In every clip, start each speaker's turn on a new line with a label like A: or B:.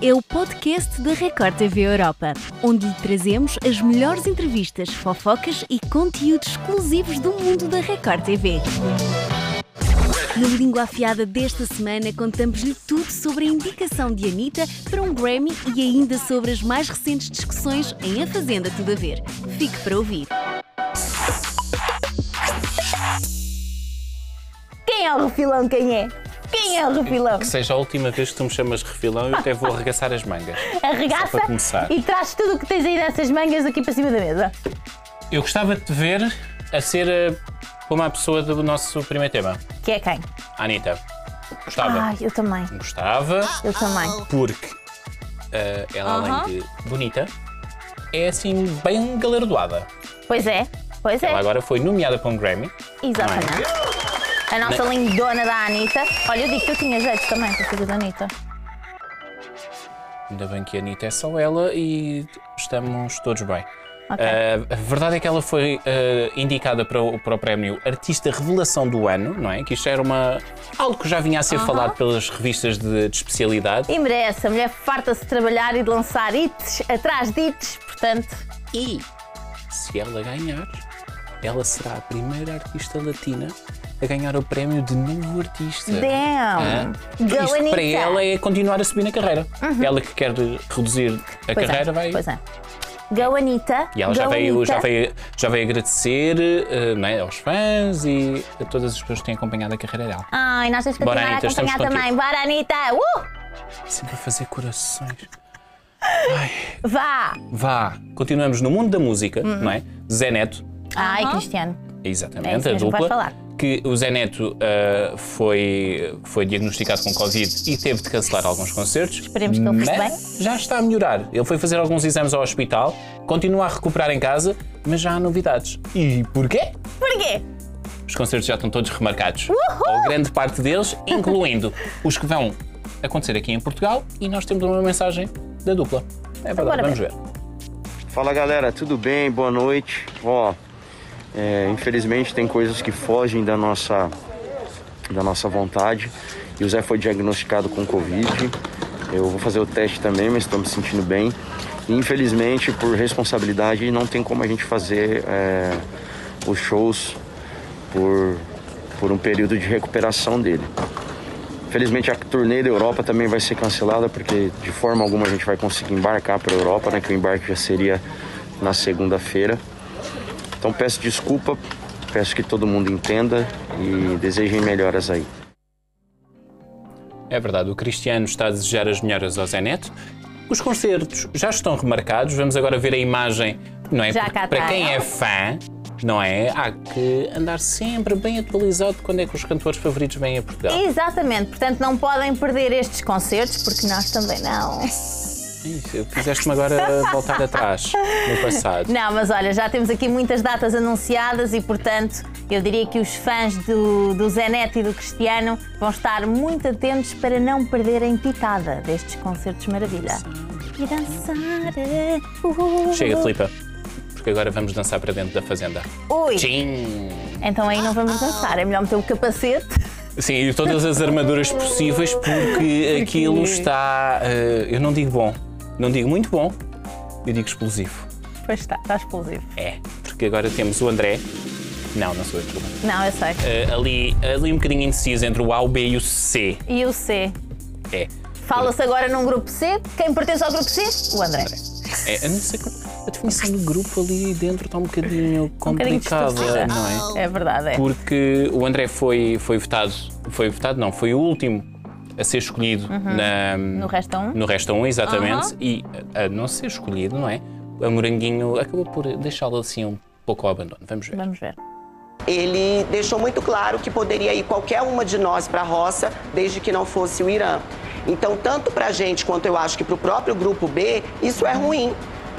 A: é o podcast da Record TV Europa, onde lhe trazemos as melhores entrevistas, fofocas e conteúdos exclusivos do mundo da Record TV. No Língua Afiada desta semana, contamos-lhe tudo sobre a indicação de Anitta para um Grammy e ainda sobre as mais recentes discussões em A Fazenda Tudo a Ver. Fique para ouvir.
B: Quem é o refilão? Quem é? Quem é o refilão?
C: Que seja a última vez que tu me chamas refilão, eu até vou arregaçar as mangas.
B: Arregaça
C: para começar.
B: e traz tudo o que tens aí dessas mangas aqui para cima da mesa.
C: Eu gostava de te ver a ser eh, uma pessoa do nosso primeiro tema,
B: Que é quem?
C: a Anitta. Gostava.
B: Ai, eu também.
C: Gostava,
B: Eu também.
C: porque eh, ela, além de bonita, é assim bem galardoada.
B: Pois é. Pois é.
C: Ela agora foi nomeada para um Grammy.
B: Exatamente. A nossa
C: Né?
B: lindona da Anitta. Olha, eu digo que eu tinha jeito também para fazer da Anitta.
C: Ainda bem que a Anitta é só ela e estamos todos bem.
B: Ok.
C: Eh, a verdade é que ela foi eh, indicada para o, para o prémio Artista Revelação do Ano, não é? Que isto era uma, algo que já vinha a ser falado pelas revistas de, de especialidade.
B: E merece. A mulher farta-se de trabalhar e de lançar hits atrás de hits. Portanto,
C: E se ela ganhar, ela será a primeira artista latina a ganhar o prémio de novo artista.
B: damn.
C: Hã?
B: Go
C: Isto
B: Anitta. Uhum.
C: para ela é continuar a subir na carreira. Ela que quer reduzir a
B: Pois
C: carreira
B: é.
C: vai.
B: Pois é. Go Anitta.
C: E ela
B: Go
C: já veio,
B: Anitta.
C: já, veio, já veio agradecer eh, não é, aos fãs e a todas as pessoas que têm acompanhado a carreira dela.
B: Ai, nós temos que
C: Bora,
B: continuar
C: Anitta,
B: a acompanhar
C: estamos
B: também. Bora, Anitta! Uh!
C: Sempre a fazer corações.
B: Vá!
C: Vá, continuamos no mundo da música, não é? Zé Neto,
B: Ai, Cristiano. É
C: exatamente,
B: isso
C: a
B: mesmo que vais
C: dupla.
B: falar.
C: Que o Zé Neto ah, foi, foi diagnosticado com Covid e teve de cancelar alguns concertos.
B: Esperemos que ele fique
C: mas já está a melhorar. Ele foi fazer alguns exames ao hospital, continua a recuperar em casa, mas já há novidades. E porquê?
B: Porquê?
C: Os concertos já estão todos remarcados. Ou grande parte deles, incluindo os que vão acontecer aqui em Portugal, e nós temos uma mensagem da dupla. É verdade,
B: Agora
C: vamos ver.
B: mesmo.
D: Fala galera, tudo bem? Boa noite. Ó, é, infelizmente tem coisas que fogem da nossa, da nossa vontade. E o Zé foi diagnosticado com Covid. Eu vou fazer o teste também, mas estou me sentindo bem. E, infelizmente, por responsabilidade, não tem como a gente fazer é, os shows por, por um período de recuperação dele. Felizmente a turnê da Europa também vai ser cancelada porque de forma alguma a gente vai conseguir embarcar para a Europa, né? Que o embarque já seria na segunda-feira. Então peço desculpa, peço que todo mundo entenda e desejem melhoras aí.
C: É verdade, o Cristiano está a desejar as melhoras ao Zé Neto. Os concertos já estão remarcados, vamos agora ver a imagem, não é?
B: Já
C: Porque
B: cá
C: para
B: está.
C: quem é fã, não é? Há que andar sempre bem atualizado de quando é que os cantores favoritos vêm a Portugal.
B: Exatamente, portanto não podem perder estes concertos, porque nós também não.
C: Ih, Fizeste-me agora voltar atrás, no passado.
B: Não, mas olha, já temos aqui muitas datas anunciadas e, portanto, eu diria que os fãs do, do Zé Neto e do Cristiano vão estar muito atentos para não perderem pitada destes concertos maravilha. E dançar. eh, uh,
C: Chega, Filipa, porque agora vamos dançar para dentro da fazenda.
B: Ui!
C: Tchim!
B: Então aí não vamos dançar, é melhor meter o capacete.
C: Sim, e todas as armaduras possíveis, porque aquilo está. eh, eu não digo bom, não digo muito bom, eu digo explosivo.
B: Pois está, está explosivo.
C: É, porque agora temos o André. Não, não sou eu, desculpa.
B: Não, eu sei.
C: Eh, ali, ali um bocadinho indeciso entre o A, o B e o C.
B: E o C?
C: É.
B: Fala-se agora num grupo C. Quem pertence ao grupo C? O André.
C: é eu não sei como- A definição do grupo ali dentro está um bocadinho
B: bocadinho
C: complicada,
B: distorcida.
C: não é?
B: É verdade, é.
C: Porque o André foi, foi votado. Foi votado, não, foi o último a ser escolhido na,
B: No resto é um.
C: No resto a um, exatamente. E a a não ser escolhido, não é? A Moranguinho acabou por deixá-lo assim um pouco ao abandono. Vamos ver.
B: Vamos ver.
E: Ele deixou muito claro que poderia ir qualquer uma de nós para a roça, desde que não fosse o Irã. Então, tanto para a gente quanto eu acho que para o próprio grupo B, isso é ruim.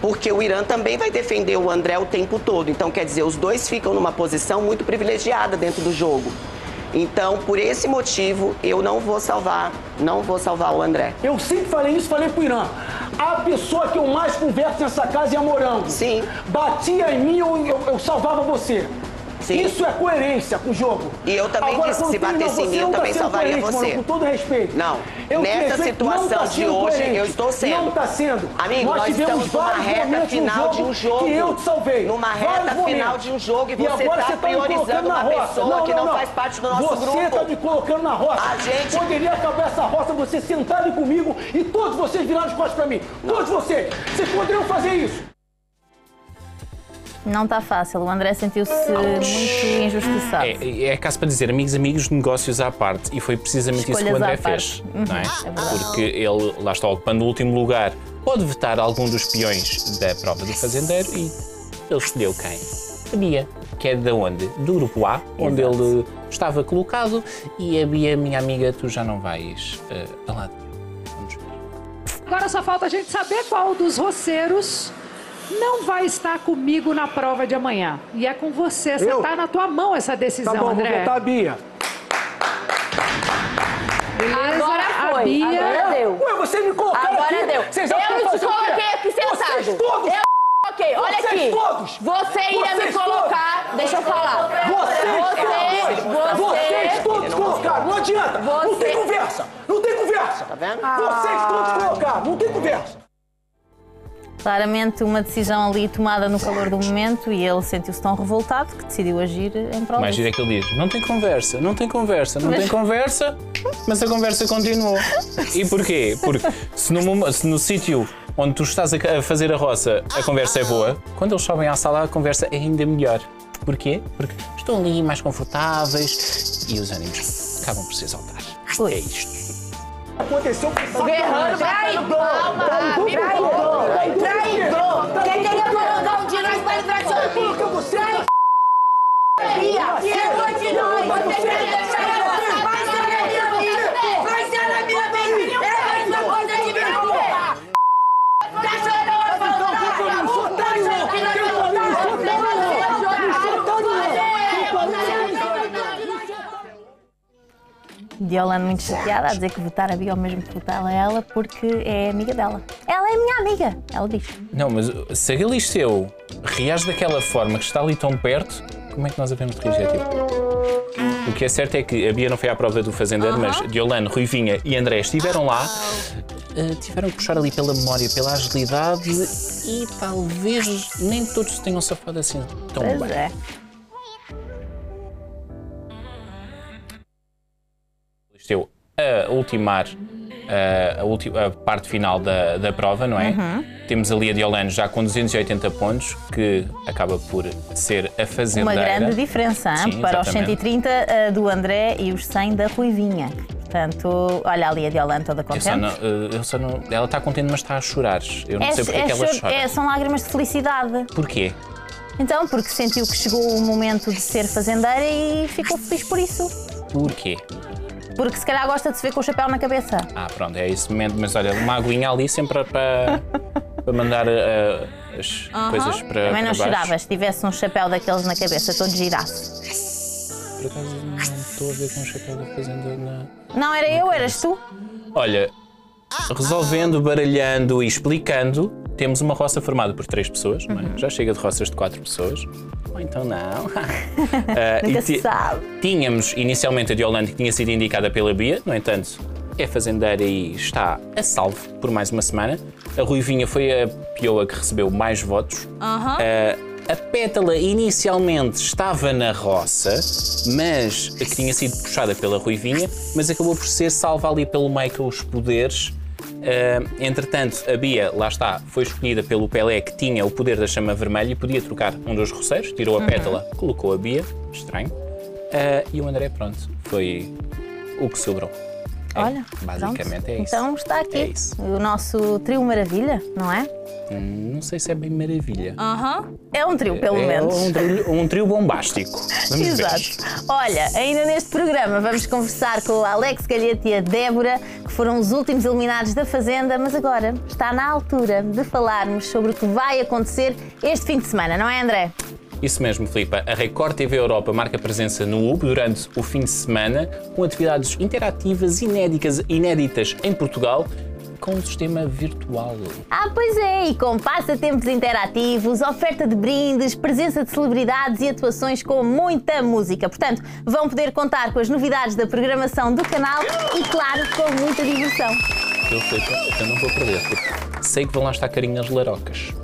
E: Porque o Irã também vai defender o André o tempo todo. Então, quer dizer, os dois ficam numa posição muito privilegiada dentro do jogo. Então, por esse motivo, eu não vou salvar, não vou salvar o André.
F: Eu sempre falei isso, falei pro Irã. A pessoa que eu mais converso nessa casa é a Morango.
E: Sim.
F: Batia em mim, eu, eu, eu salvava você.
E: Sim.
F: Isso é coerência com o jogo.
E: E eu também
F: Agora,
E: disse,
F: quando
E: se
F: o
E: batesse em
F: time não, você
E: mim, eu
F: não tá
E: também
F: sendo
E: salvaria
F: coerente,
E: você.
F: Mano, com todo respeito.
E: Não.
F: te
E: Nessa
F: respeito, não
E: situação
F: tá
E: de
F: sendo
E: hoje,
F: coerente.
E: eu estou sendo.
F: Não está sendo.
E: Amigo, nós
F: tivemos
E: estamos numa
F: vários
E: reta
F: momentos no
E: final de um jogo.
F: Que eu te salvei.
E: Numa reta
F: Vários
E: final
F: momentos.
E: de um jogo e você
F: agora
E: tá
F: você me
E: priorizando
F: colocando na
E: uma
F: roça.
E: pessoa que não faz parte do nosso
F: você
E: grupo.
F: tá me colocando na roça.
E: A gente-
F: Poderia acabar essa roça, você sentar ali comigo e todos vocês viraram as costas pra mim. Todos vocês. Vocês poderiam fazer isso.
B: Não está fácil. O André sentiu-se muito injustiçado.
C: É, é caso para dizer, amigos, amigos, negócios à parte. E foi precisamente isso que o
B: Escolhas
C: André
B: à parte. Uhum.
C: fez. Não é? Porque ele, lá está, ocupando o último lugar, pode vetar algum dos peões da prova do fazendeiro e ele escolheu quem? A Bia, que é de onde? Do grupo A, onde
B: Exato.
C: ele estava colocado. E a Bia, minha amiga, tu já não vais eh, a lado nenhum. Vamos ver.
G: Agora só falta a gente saber qual dos roceiros não vai estar comigo na prova de amanhã. E é com você, você
F: Eu?
G: tá na tua mão essa decisão,
F: Tá bom, vou
G: André.
F: vetar a Bia.
G: Beleza?
H: Agora
G: A
H: foi,
G: Bia,
H: agora deu.
F: Ué, vocês me colocaram
H: Agora
F: aqui.
H: deu.
F: Vocês já
H: eu
F: estão
H: te
F: fazendo o quê?
H: coloquei aqui sentado.
F: Vocês todos.
H: Eu coloquei. Olha
F: Vocês
H: aqui.
F: todos.
H: Você iria
F: Vocês
H: me colocar.
F: todos.
H: Deixa eu falar.
F: Vocês
H: Você.
F: todos. Vocês
H: Você.
F: todos colocaram. Não adianta. Não tem
H: Você-
F: conversa. Não tem conversa. Tá
E: vendo?
F: Vocês todos colocaram. Não tem conversa.
B: Claramente uma decisão ali tomada no calor do momento e ele sentiu-se tão revoltado que decidiu agir em prol
C: Mais
B: disso.
C: gira que ele diz: não tem conversa, não tem conversa, não
B: Mas-
C: tem conversa, mas a conversa continuou. E porquê? Porque se no, mom- se no sítio onde tu estás a ca- a fazer a roça a conversa é boa, quando eles sobem à sala a conversa é ainda melhor. Porquê? Porque estão ali mais confortáveis e os ânimos acabam por se exaltar.
B: Ui.
C: É isto.
F: Aconteceu com o
H: Guerreiro, batendo palma. Traidor. Tá
F: Tá
H: Traidor. Quem queria colocar um de nós para entrar de seu amigo?
F: você
H: Bia.
F: tá
H: E é um de nós. Você quer deixar eu Vai ser na minha vida. Vai ser na minha vida. É a mesma coisa de me colocar. Deixa eu
F: então,
H: falar.
F: Eu sou otário, não. tá Eu sou otário, eu sou otário, não. Eu sou otário,
B: De Yolanda muito chateada a dizer que votar a Bia ao mesmo que votar a ela porque é amiga dela. Ela é minha amiga, ela diz.
C: Não, mas uh, se aquele Galisteu reage daquela forma que está ali tão perto, como é que nós devemos de reagir? Tipo? O que é certo é que a Bia não foi à prova do fazendeiro, mas Diolano, Ruivinha e André estiveram lá, uh, tiveram que puxar ali pela memória, pela agilidade e talvez nem todos se tenham safado assim tão
B: Pois
C: bem.
B: é. é.
C: Galisteu a ultimar uh, a, ulti- a parte final da, da prova, não é?
B: Uhum.
C: Temos ali a Diolano já com 280 pontos, que acaba por ser a fazendeira.
B: Uma grande diferença hein,
C: é Sim,
B: para os
C: exatamente.
B: 130 eh, do André e os 100 da Ruivinha. Portanto, olha ali a de Yolanda toda
C: Eu
B: contente.
C: só não, eh, eu só não- ela está contente, mas está a chorar. Eu não
B: É-
C: sei porque
B: é
C: é que ela
B: choro-
C: chora.
B: é- são lágrimas de felicidade.
C: Porquê?
B: Então, porque sentiu que chegou o momento de ser fazendeira e ficou feliz por isso.
C: Porquê?
B: Porque se calhar gosta de se ver com o chapéu na cabeça.
C: Ah, pronto, é esse momento, mas olha, uma aguinha ali sempre para, para mandar eh, as coisas para.
B: Também não
C: para baixo.
B: chorava se tivesse um chapéu daqueles na cabeça, todo girasse.
C: Por acaso não estou a ver com o chapéu da fazenda na.
B: Não era eu, eras tu.
C: Olha, resolvendo, baralhando e explicando, temos uma roça formada por três pessoas, não é?
B: Uhum.
C: já chega de roças de quatro pessoas. Ou então não. Ah, e
B: Nunca
C: ti-
B: se sabe.
C: Tínhamos inicialmente a de Holanda que tinha sido indicada pela Bia, no entanto, é fazendeira e está a salvo por mais uma semana. A Ruivinha foi a pioa que recebeu mais votos. Ah, a Pétala inicialmente estava na roça, mas que tinha sido puxada pela Ruivinha, mas acabou por ser salva ali pelo meio com os poderes. Ah, entretanto, a Bia, lá está, foi escolhida pelo Pelé que tinha o poder da chama vermelha e podia trocar um dos roceiros, tirou a
B: Uhum.
C: pétala, colocou a Bia, estranho. Ah, e o André, pronto, foi o que sobrou. É,
B: Olha,
C: basicamente
B: pronto.
C: é isso.
B: Então está aqui
C: É isso.
B: o nosso trio maravilha, não é?
C: Não sei se é bem maravilha.
B: É um trio, pelo
C: é
B: menos.
C: um trio, um trio bombástico. Vamos ver.
B: Exato. Olha, ainda neste programa vamos conversar com o Alex Galhete e a Débora, que foram os últimos eliminados da Fazenda, mas agora está na altura de falarmos sobre o que vai acontecer este fim de semana, não é, André?
C: Isso mesmo, Filipa. A Record TV Europa marca presença no UB durante o fim de semana com atividades interativas inéditas, inéditas em Portugal com um sistema virtual.
B: Ah, pois é, e com passatempos interativos, oferta de brindes, presença de celebridades e atuações com muita música. Portanto, vão poder contar com as novidades da programação do canal e, claro, com muita diversão.
C: Eu sei que eu não vou perder, porque sei que vão lá estar carinhas larocas.